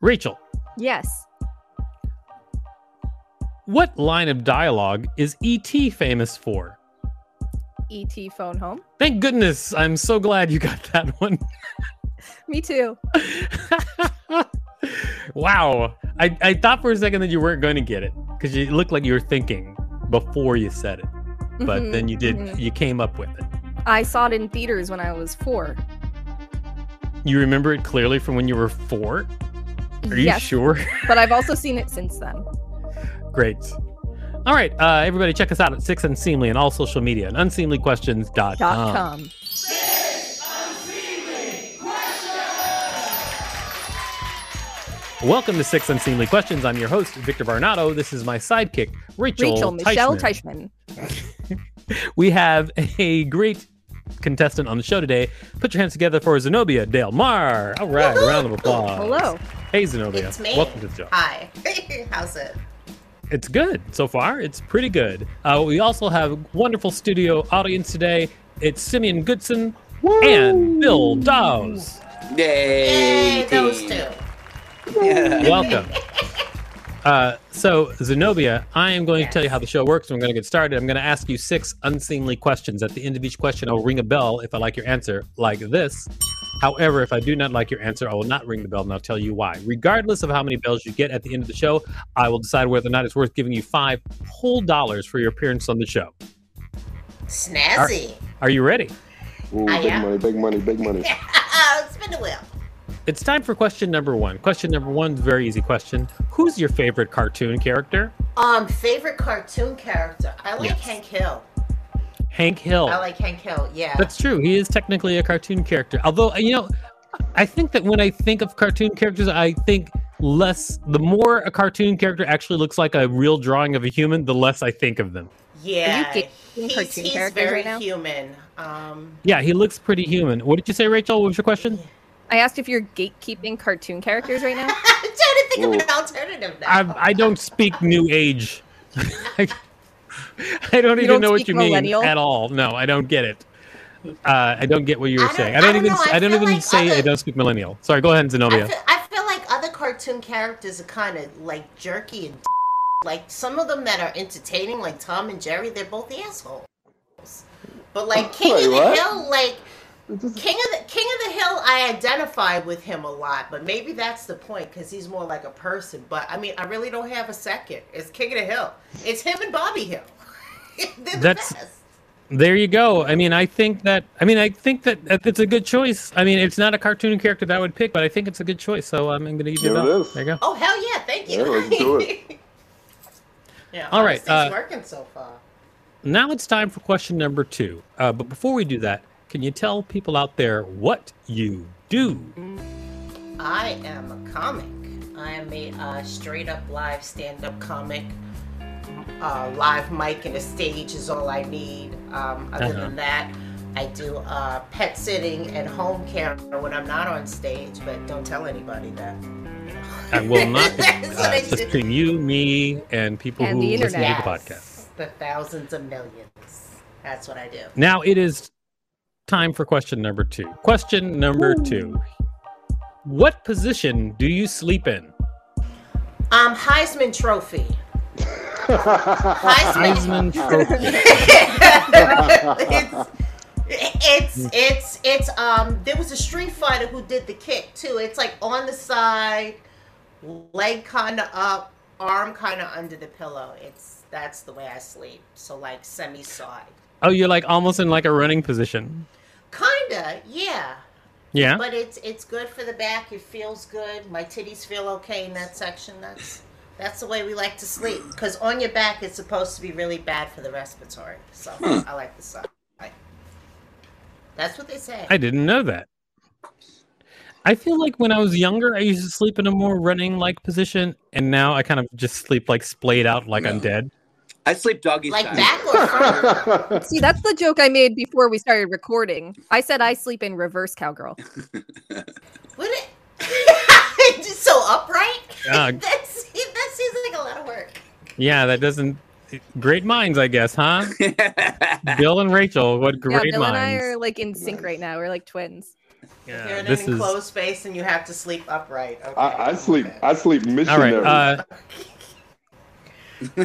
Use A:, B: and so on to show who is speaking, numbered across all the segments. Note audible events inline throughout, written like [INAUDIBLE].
A: Rachel,
B: Yes.
A: what line of dialogue is E.T. famous for?
B: E.T. E phone home.
A: Thank goodness. I'm so glad you got [LAUGHS] that one.
B: Me too.
A: wow. I, I thought for a second that you weren't going to get it because you looked like you were thinking before you said it. But
B: Mhm,
A: then you did,
B: mhm.
A: you came up with it.
B: I saw it in theaters when I was four.
A: You remember it clearly from when you were four? Are you
B: yes,
A: sure? [LAUGHS] Ah.
B: but I've also seen it since then.
A: Great. All right, uh, everybody, check us out at Six Unseemly and all social media and unseemlyquestions.com.
B: Dot com.
A: Welcome to Six Unseemly Questions. I'm your host, Victor Barnato. This is my sidekick, Rachel,
B: Rachel Michelle
A: Teichman.
B: Teichman.
A: We have a great contestant on the show today. Put your hands together for Zenobia Dale Mar. All right, round of applause.
B: Hello.
A: Hey, Zenobia.
C: It's me.
A: Welcome to the show.
C: Hi. [LAUGHS] How's it?
A: It's good so far. It's pretty good. Uh, we also have a wonderful studio audience today. It's Simeon Goodson and Bill Dawes.
D: Yay!
C: Yay, those two.
D: Yeah.
A: Welcome. Uh, so, Zenobia, I am going to tell you how the show works. and We're going to get started. I'm going to ask you six unseemly questions. At the end of each question, I'll ring a bell if I like your answer, like this. However, if I do not like your answer, I will not ring the bell and I'll tell you why. Regardless of how many bells you get at the end of the show, I will decide whether or not it's worth giving you five whole dollars for your appearance on the show.
C: Snazzy.
A: Are you ready?
D: Ooh,
C: I
D: big
C: am.
D: money, big money,
C: [LAUGHS]
D: big money.
C: Spin the wheel.
A: It's time for question number one. Question number one's a very easy question. Who's your favorite cartoon character?
C: Um, favorite cartoon character. I like
A: Yes.
C: Hank Hill.
A: Hank Hill.
C: I like Hank Hill. Yeah.
A: That's true. He is technically a cartoon character. Although, you know, I think that when I think of cartoon characters, I think less, the more a cartoon character actually looks like a real drawing of a human, the less I think of them.
C: yeah.
B: Are you getting
C: he's
B: cartoon
C: he's
B: characters
C: very
B: right now?
C: human. Um, [LAUGHS]
A: Yeah, he looks pretty human. What did you say, Rachel? What was your question?
B: I asked if you're gatekeeping cartoon characters right now. [LAUGHS]
C: I'm trying to think of
D: Ooh.
C: an alternative now.
A: I, I don't speak new age. [LAUGHS] I, don't even
B: don't
A: know what
B: speak
A: you
B: millennial?
A: mean at all. No, I don't get it. Uh, I don't get what you were
C: I don't-
A: saying.
C: I
A: I don't,
C: don't
A: even.
C: know. I
A: I, don't
C: feel
A: even
C: like
A: say I
C: other-
A: don't speak millennial. Sorry. Go ahead,
C: I
A: Zenobia.
C: feel, I feel like other cartoon characters are kind of like jerky and like some of them that are entertaining, like Tom and Jerry, they're both assholes. But like King
D: Oh, Wait,
C: of the
D: what?
C: Hill, like
D: This is-
C: King of the King of the Hill, I identify with him a lot, but maybe that's the point because he's more like a person. But I mean, I really don't have a second. It's King of the Hill. It's him and Bobby Hill. [LAUGHS] They're the
A: That's-
C: best.
A: There you go. I mean, I think that. I mean, I think that it's a good choice. I mean, it's not a cartoon character that I would pick, but I think it's a good choice. So um, I'm going to give you
D: There
A: that.
D: it is.
A: There you go.
C: Oh hell yeah! Thank you.
D: Yeah, let's do it.
C: [LAUGHS] yeah.
A: All right,
C: It's
A: uh,
C: working so far.
A: Now it's time for question number two. Uh, but before we do that, can you tell people out there what you do?
C: I am a comic. I am a uh, straight up live stand up comic. Uh, live mic and a stage is all I need. Um, other
A: Uh-huh.
C: than that, I do uh, pet sitting and home care when I'm not on stage, but don't tell anybody that.
A: I will not.
C: [LAUGHS] That's what
A: uh,
C: I
A: it's
C: do.
A: between you, me, and people who
B: And the
A: listen to
B: internet.
A: the podcast.
C: The thousands of millions. That's what I do.
A: Now it is time for question number two. Question number two. What position do you sleep in?
C: Um, Heisman Trophy. Heisman [LAUGHS]
A: Heisman Trophy.
C: it's, it's it's it's um there was a street fighter who did the kick too it's like on the side leg kind of up arm kind of under the pillow it's that's the way i sleep so like semi side
A: Oh, you're like almost in like a running position.
C: kinda yeah
A: Yeah.
C: but it's it's good for the back it feels good my titties feel okay in that section that's that's the way we like to sleep because on your back
D: Hmm.
C: it's supposed to be really bad for the respiratory so i like the side That's what they say.
A: I didn't know that. I feel like when I was younger, I used to sleep in a more running like position, and now I kind of just sleep like splayed out like I'm
E: No.
A: dead.
E: I sleep doggy
C: like
E: style. [LAUGHS]
C: back or front?
D: [LAUGHS]
B: See, that's the joke I made before we started recording. I said I sleep in
A: [LAUGHS]
B: reverse cowgirl.
C: Would it? [LAUGHS] Just so upright.
A: Yeah.
C: That's, [LAUGHS] that seems like a lot of work.
A: Yeah, that doesn't. Great minds, I guess, huh? Bill and Rachel, what
B: Yeah,
A: great
B: Bill and I
A: minds.
B: are like in sync right now. We're like twins.
A: Yeah,
C: You're in
A: this
C: an
A: is
C: enclosed space and you have to sleep upright. Okay.
D: I, I sleep. I sleep
A: all right.
D: missionary.
A: Uh,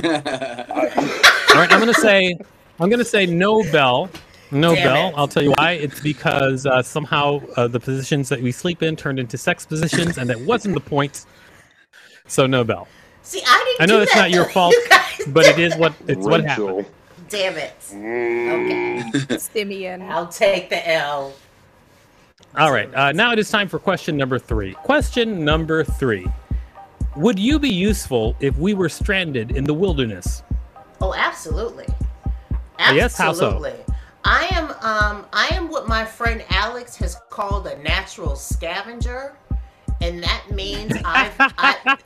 D: I-
A: all right, I'm gonna say, I'm gonna say no bell, no
C: Damn
A: bell.
C: it.
A: I'll tell you why. It's because uh, somehow uh, the positions that we sleep in turned into sex positions, and that wasn't the point. So no bell.
C: See, I didn't.
A: I know
C: do
A: it's
C: that,
A: not your
C: though. [LAUGHS]
A: fault,
C: You guys
A: but
C: did
A: it is what it's what happened.
D: Rachel.
C: that. Damn it!
D: Mm.
C: Okay,
B: Simeon.
C: I'll take the L.
A: All right, uh, now it is time for question number three. Question number three: Would you be useful if we were stranded in the wilderness?
C: Oh, absolutely.
A: Uh,
C: Absolutely.
A: yes, how so?
C: I am um I am what my friend Alex has called a natural scavenger, and that means I've I,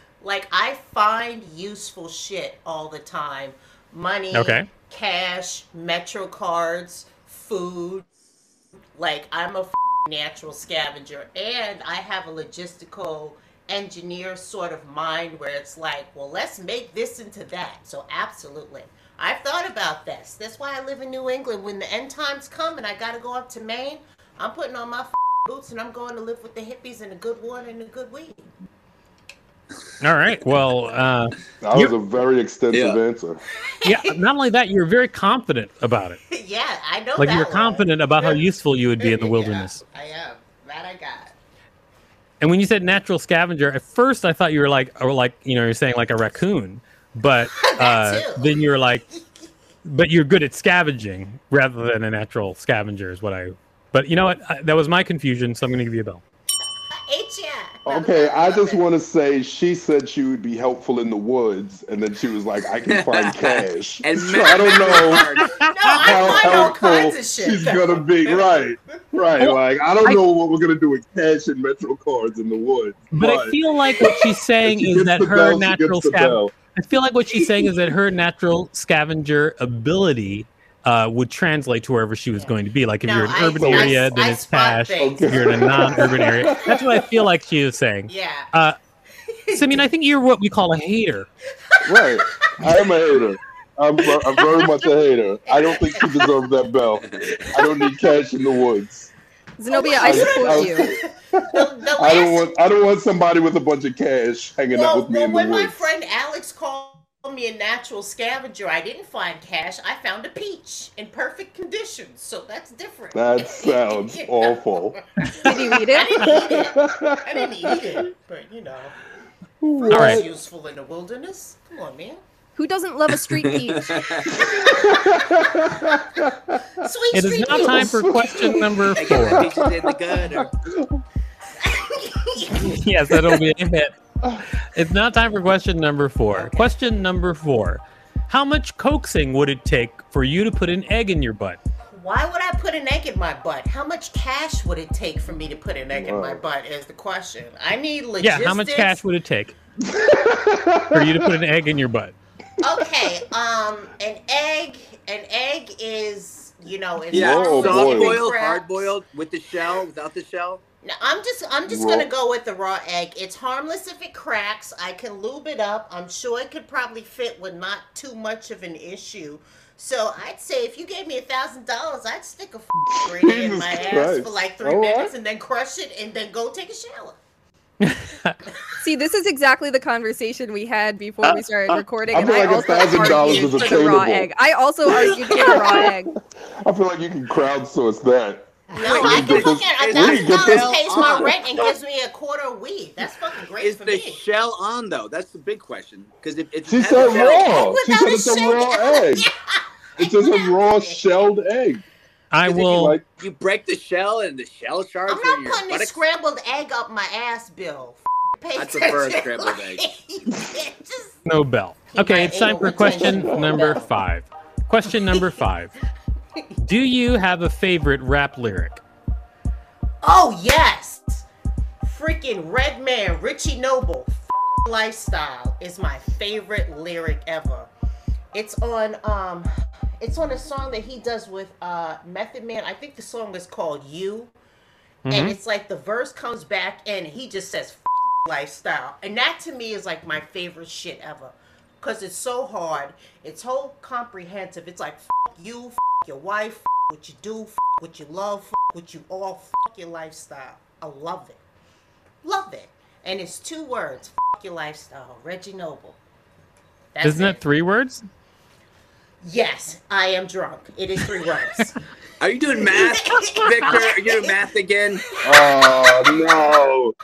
C: [LAUGHS] like I find useful shit all the time. Money,
A: Okay.
C: cash, metro cards, food. Like I'm a [LAUGHS] f- natural scavenger and I have a logistical engineer sort of mind where it's like, well, let's make this into that. So absolutely. I've thought about this. That's why I live in New England. When the end times come and I got to go up to Maine, I'm putting on my f- boots and I'm going to live with the hippies and the good water and the good weed. [LAUGHS]
A: All right. Well, uh,
D: That was a very extensive
E: Yeah.
D: answer.
A: yeah. Not only that, you're very confident about it.
C: yeah, I know
A: Like
C: that
A: you're
C: one.
A: confident about how useful you would be in
C: [LAUGHS]
A: the
C: Yeah,
A: wilderness.
C: I am. That I got.
A: And when you said natural scavenger, at first I thought you were like, or like, you know, you're saying like a raccoon, but
D: [LAUGHS]
A: uh,
C: too.
A: then you're like, but you're good at scavenging rather than a natural scavenger is what I. But you know what? I, that was my confusion, so I'm going to give you a bell.
C: H yeah.
D: Okay, I just want to say she said she would be helpful in the woods, and then she was like, "I can
E: [LAUGHS]
D: find cash."
E: And
D: so I don't know
C: [LAUGHS] No,
D: how
C: [LAUGHS] I find all
D: helpful
C: kinds of shit.
D: she's gonna be. Right, right. Like I don't know what we're gonna do with cash and metro cards in the woods.
A: But I feel like what she's
D: [LAUGHS]
A: saying
D: She
A: is
D: gets
A: that
D: the
A: her
D: bell, she
A: natural
D: gets the
A: scavenger.
D: bell.
A: I feel like what she's saying is that her natural scavenger ability uh, would translate to wherever she was
C: Yeah.
A: going to be. Like if
C: No,
A: you're in an
C: I-
A: urban
C: I-
A: area, then
C: I
A: it's
C: spot
A: cash.
C: things.
A: If you're in a non-urban area, that's what I feel like she is saying.
C: Yeah.
A: Uh, so, I mean, I think you're what we call a hater.
D: Right, I am a hater. I'm, ver- I'm very much a hater. I don't think she deserves that bell. I don't need cash in the woods.
B: Zenobia, I support you.
C: [LAUGHS] The, the
D: I
C: last-
D: don't want. I don't want somebody with a bunch of cash hanging out
C: well,
D: with me
C: well,
D: in the
C: when my
D: woods.
C: friend Alex called me a natural scavenger, I didn't find cash. I found a peach in perfect condition, so that's different. [LAUGHS]
D: That sounds
C: You know?
D: awful.
B: Did you eat
C: I [LAUGHS]
B: it?
C: didn't eat it. I didn't eat it, [LAUGHS] but you know, fruit
A: All right.
C: is useful in the wilderness. Come on, man.
B: Who doesn't love a street peach?
C: Sweet,
A: It is
C: sweet
A: now time for question number
E: I
A: [LAUGHS]
E: get
A: four.
E: the peaches in the gut or-
A: yes, that'll be a hit. It's now time for question number four.
C: Okay.
A: Question number four: How much coaxing would it take for you to put an egg in your butt?
C: Why would I put an egg in my butt? How much cash would it take for me to put an egg in my
D: Wow.
C: butt? Is the question. I need
A: Yeah,
C: logistics.
A: how much cash would it take for you to put an egg in your butt?
C: okay, um, an egg, an egg is, you know, it's
E: Yeah,
D: Whoa,
E: soft
D: boiled.
E: boiled,
C: crap.
E: hard boiled, with the shell, without the shell.
C: No, I'm just, I'm just
D: Raw.
C: gonna go with the raw egg. It's harmless if it cracks. I can lube it up. I'm sure it could probably fit with not too much of an issue. So I'd say if you gave me a thousand dollars, I'd stick a f- grater in
D: Jesus
C: my ass
D: Christ.
C: for like three
D: All right.
C: minutes and then crush it and then go take a
D: [LAUGHS]
C: shower.
B: See, this is exactly the conversation we had before we started recording.
D: Uh, I
B: and
D: feel like a
B: also
D: thousand dollars
B: argued
D: is
B: for the raw
D: attainable.
B: egg. I also argued for the raw
D: [LAUGHS]
B: egg.
D: I feel like you can crowdsource that.
C: No,
E: Wait,
C: I
D: you
C: can
D: get
C: look
D: this-
C: at a
D: where
C: thousand
D: you get this-
C: dollars pays my
E: Hold on.
C: rent and gives me a quarter of weed. That's fucking great
E: Is
C: for
E: the
C: me.
E: shell on though? That's the big question. Because if it's
D: She said raw. Oh, She said
C: Without
D: it's a
C: shell.
D: raw egg.
C: [LAUGHS]
D: It's just a raw shelled egg.
A: I
E: Is it
A: will.
D: Like
E: you break the shell and the shell shards.
C: I'm
E: are
C: not
E: in your
C: putting a
E: buttocks.
C: scrambled egg up my ass, Bill. F- Pay
E: I prefer a
C: attention.
E: scrambled egg.
C: You can't [LAUGHS] just-
A: No bell. Okay,
C: might
A: it's time
C: anal
A: for
C: retention
A: question
C: for a
A: number
C: bell.
A: five. Question number five. Do you have a favorite rap lyric?
C: Oh yes, freaking Red Man, Richie Noble, F- lifestyle is my favorite lyric ever. It's on um, it's on a song that he does with uh Method Man. I think the song is called You, and
A: Mhm.
C: it's like the verse comes back and he just says F- lifestyle, and that to me is like my favorite shit ever, cause it's so hard, it's whole comprehensive. It's like F- you, F- your wife, F- what you do, F- what you love, F- what you all, F- your lifestyle. I love it. Love it. And it's two words. F- your lifestyle. Reggie Noble. That's
A: Isn't
C: it.
A: that three words?
C: Yes, I am drunk. It is three
D: [LAUGHS]
C: words.
E: Are you
C: [LAUGHS]
E: doing math, Victor? Are you doing math again?
D: Oh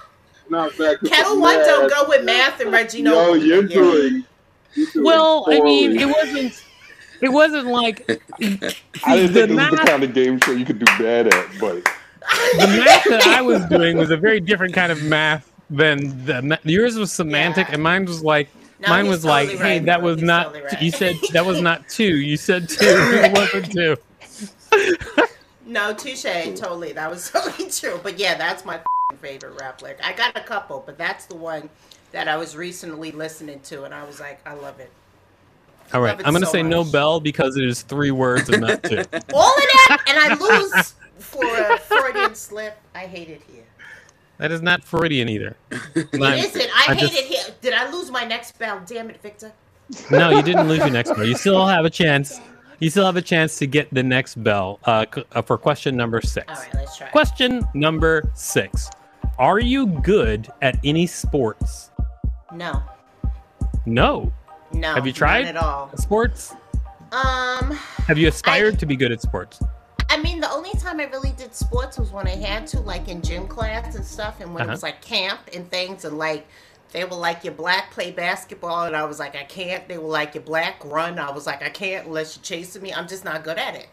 D: no, not back. to
C: Kettle one
D: math.
C: don't go with math and Reggie
D: No,
C: Noble.
D: you're
C: Yeah.
D: doing. You're doing
A: Well, I mean,
D: poorly.
A: it wasn't. It wasn't like
D: I didn't
A: the
D: think this was
A: math-
D: the kind of game show you could do bad at, but
A: the math that I was doing was a very different kind of math than the ma- yours was semantic
C: Yeah.
A: and mine was like
C: No,
A: mine
C: he's
A: was
C: totally
A: like hey
C: right,
A: that
C: bro.
A: was
C: He's
A: not
C: totally right.
A: you said that
C: [LAUGHS]
A: was not two you said two it wasn't two
C: No, touche. Totally. That was [LAUGHS] totally true. But yeah, that's my f***ing favorite rap lyric. I got a couple, but that's the one that I was recently listening to, and I was like, I love it.
A: all right
C: Love it
A: I'm gonna
C: so
A: say no
C: much.
A: bell because it is three words and not two
C: All of that, and I lose for a Freudian slip. I hate it here.
A: [LAUGHS] that is not Freudian either
C: It isn't. I, hate
A: just-
C: it here. Did I lose my next bell? Damn it, Victor.
A: No, you didn't lose your next bell. You still have a chance. You still have a chance to get the next bell uh, c- uh, for question number six.
C: All right, let's try.
A: Question number six Are you good at any sports?
C: No,
A: No.
C: no.
A: Have you tried?
C: Not at all.
A: Sports?
C: Um,
A: Have you aspired to be good at sports?
C: I mean, the only time I really did sports was when I had to, like in gym class and stuff, and when
A: Uh-huh.
C: it was like camp and things, and like they were like, "You're black, play basketball," and I was like, "I can't." They were like, "You're black, run." I was like, "I can't unless you're chasing me." I'm just not good at it.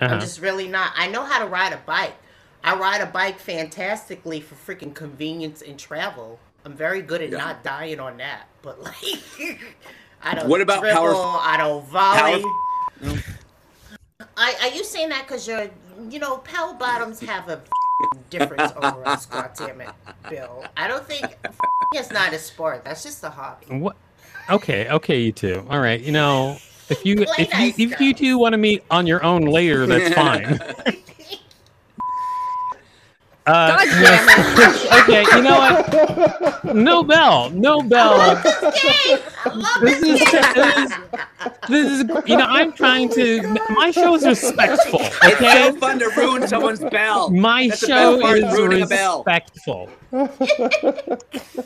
A: Uh-huh.
C: I'm just really not. I know how to ride a bike. I ride a bike fantastically for freaking convenience and travel. I'm very good at
E: Yeah.
C: not dying on that. But like, [LAUGHS] I don't.
E: What about power-
C: dribble, I don't volley.
E: power-
C: I are you saying that because you're, you know, power bottoms have a difference over us? God damn it, Bill. I don't think it's not a sport. That's just a [LAUGHS] hobby.
A: What? Okay, okay, you two. All right, you know, if you
C: Play
A: if
C: nice,
A: you if you
C: guys.
A: two want to meet on your own later, that's fine. Uh,
B: God damn it.
A: okay, you know what? No bell, no bell.
C: Yay! I love
A: This
C: this
A: is,
C: game.
A: this is this is you know I'm trying to my show is respectful,
E: It's
A: okay?
E: so fun to ruin someone's bell.
A: My
E: That's the best
A: show
E: part,
A: is
E: ruining a bell.
A: respectful.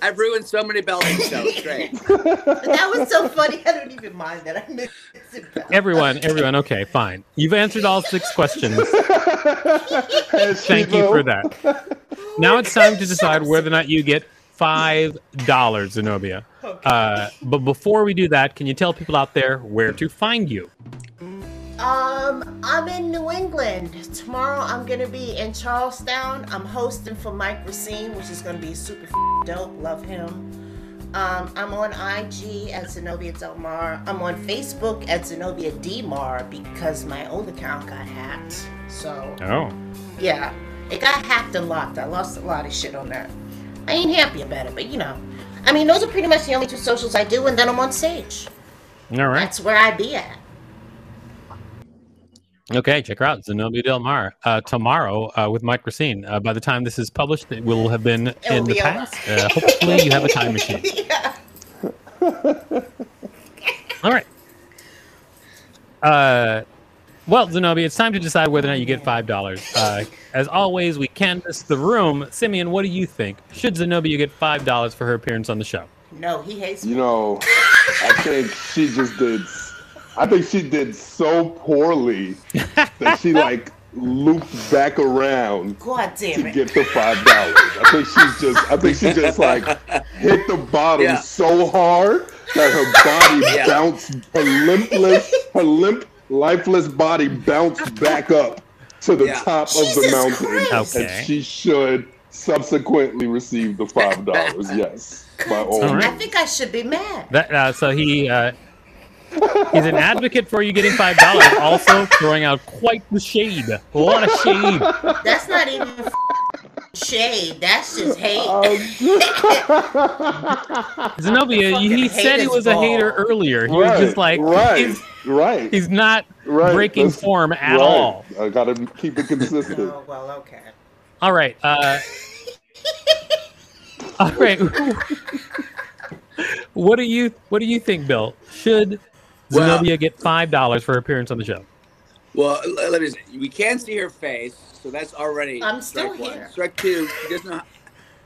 E: I've ruined so many bells in shows. Great.
C: [LAUGHS] That was so funny. I don't even mind that I missed it. Bill.
A: Everyone, everyone, okay, fine. You've answered all six questions. Thank
D: thank
A: you for that. Now it's time to decide whether or not you get five dollars, Zenobia. Uh, but before we do that, can you tell people out there where to find you?
C: Um, I'm in New England. Tomorrow I'm gonna be in Charlestown. I'm hosting for Mike Racine, which is gonna be super f- dope. Love him. Um, I'm on IG at Zenobia Del Mar. I'm on Facebook at Zenobia D Mar because my old account got hacked. So
A: Oh,
C: yeah, it got hacked and locked. I lost a lot of shit on that. I ain't happy about it, but you know, I mean those are pretty much the only two socials I do, and then I'm on stage.
A: all right.
C: That's where I be at.
A: Okay, check her out, Zenobia Del Mar, uh, tomorrow uh, with Mike Racine. Uh, by the time this is published, it will have been
C: It'll
A: in the
C: be over.
A: past. Uh, hopefully, you have a time machine.
C: [LAUGHS] yeah.
A: All right. Uh, well, Zenobia, it's time to decide whether or not you get five dollars. Uh, as always, we canvassed the room. Simeon, what do you think? Should Zenobia get five dollars for her appearance on the show?
C: No, he hates me.
D: You know, I think she just did. I think she did so poorly that
A: [LAUGHS]
D: she like looped back around
C: God damn
D: to
C: it.
D: get the five dollars. I think she's just. I think she just like hit the bottom
E: Yeah.
D: so hard that her body
E: Yeah.
D: bounced. Her limpless, her limp, lifeless body bounced back up to the
E: Yeah.
D: top of the
C: Jesus
D: mountain,
C: Christ.
A: Okay.
D: and she should subsequently receive
E: [LAUGHS]
D: the five dollars. yes, by all
A: All right.
C: I think I should be mad.
A: That uh, so he uh, He's an advocate for you getting five dollars, also throwing out quite the shade. A lot of shade.
C: That's not even f- shade. That's just hate.
A: Zenobia,
C: Fucking
A: he
C: hate
A: said he
C: his
A: was a hater
C: balls.
A: earlier. He
D: right,
A: was just like
D: right,
A: he's,
D: right,
A: he's not
D: right.
A: breaking
D: That's-
A: form at
D: right.
A: all.
D: I gotta keep
E: [LAUGHS]
D: it consistent.
C: oh well, okay.
A: All right. Uh, all right. what do you What do you think, Bill? Should
E: Well-
A: Zenobia get five dollars for her appearance on the show?
E: Well, l- let me. See. We can't see her face, so that's already.
C: I'm still
E: strike one.
C: here.
E: Strike two. She doesn't know.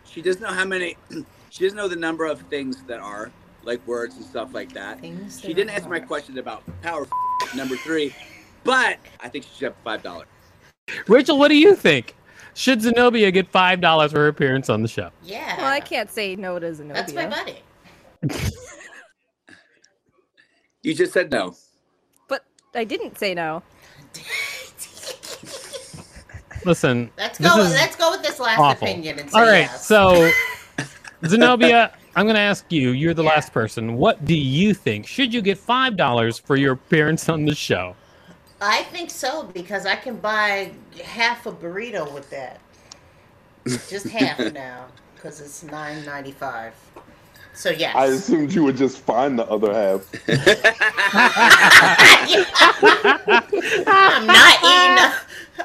E: She doesn't know how many. [CLEARS THROAT] She doesn't know the number of things that are like words and stuff like that.
C: Things
E: She
C: that
E: didn't
C: are
E: answer my
C: not.
E: question about power. f- Number three, but I think she should have five dollars.
A: Rachel, what do you think? Should Zenobia get five dollars for her appearance on the show?
C: Yeah.
B: Well, I can't say no to Zenobia.
C: That's my buddy.
E: You just said no.
B: But I didn't say no.
A: Listen,
C: Let's
A: This
C: go.
A: is
C: Let's go with this last
A: awful.
C: opinion and say
A: All right,
C: yes. [LAUGHS]
A: so Zenobia, I'm going to ask you. You're the last person. What do you think? Should you get five dollars for your appearance on the show?
C: I think so because I can buy half a burrito with that. Just
A: [LAUGHS]
C: half now because it's nine ninety five. So yes.
D: I assumed you would just find the other half.
C: I'm not eating. A,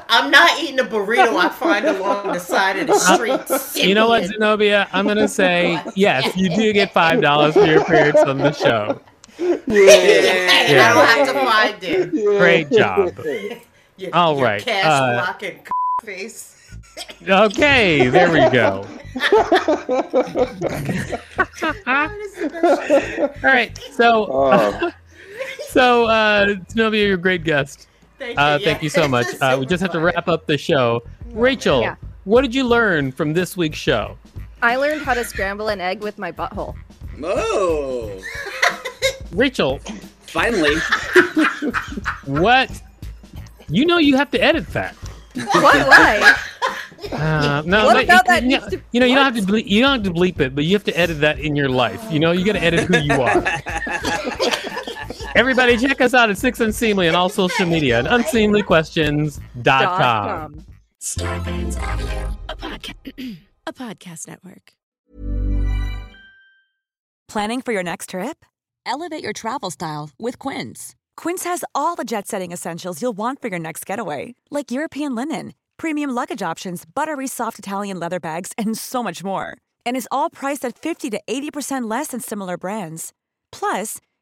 C: I'm not eating a burrito I find along the side of the street.
A: Uh, You know what, Zenobia?
C: [LAUGHS]
A: I'm going to say yes. You do get five dollars for your appearance on the show.
C: [LAUGHS]
D: Yeah.
C: Hey, I don't have to find it.
A: Great job.
C: You,
A: All
C: your
A: right,
C: Cash
A: uh,
C: blocking [LAUGHS] face.
A: Okay, there we go. All right,
D: [LAUGHS]
A: so
D: Uh,
A: so uh, Zenobia, you're a great guest.
C: Thank
A: Uh,
C: [LAUGHS]
A: thank you so much. Uh, we just have to wrap up the show. Rachel,
B: Yeah.
A: what did you learn from this week's show?
B: I learned how to scramble an egg with my
C: [LAUGHS]
B: butthole.
E: Oh,
A: Rachel,
E: finally.
A: what? You know you have to edit that.
B: What? Why?
A: Uh, [LAUGHS] no,
B: What
A: but
B: about
A: you,
B: that
A: You,
B: needs
A: know-
B: to-
A: you know, you don't have to bleep, you don't have to bleep it, but you have to edit that in your life. You know, you got to edit who you
B: [LAUGHS]
A: are. Everybody, check us out at Six Unseemly and all social media at
B: Dot
A: unseemlyquestions.com.
B: com.
F: Starbane's Audio, a, podca- [CLEARS THROAT] a podcast network.
G: Planning for your next trip? Elevate your travel style with Quince. Quince has all the jet setting essentials you'll want for your next getaway, like European linen, premium luggage options, buttery soft Italian leather bags, and so much more. And is all priced at 50 to 80% less than similar brands. Plus,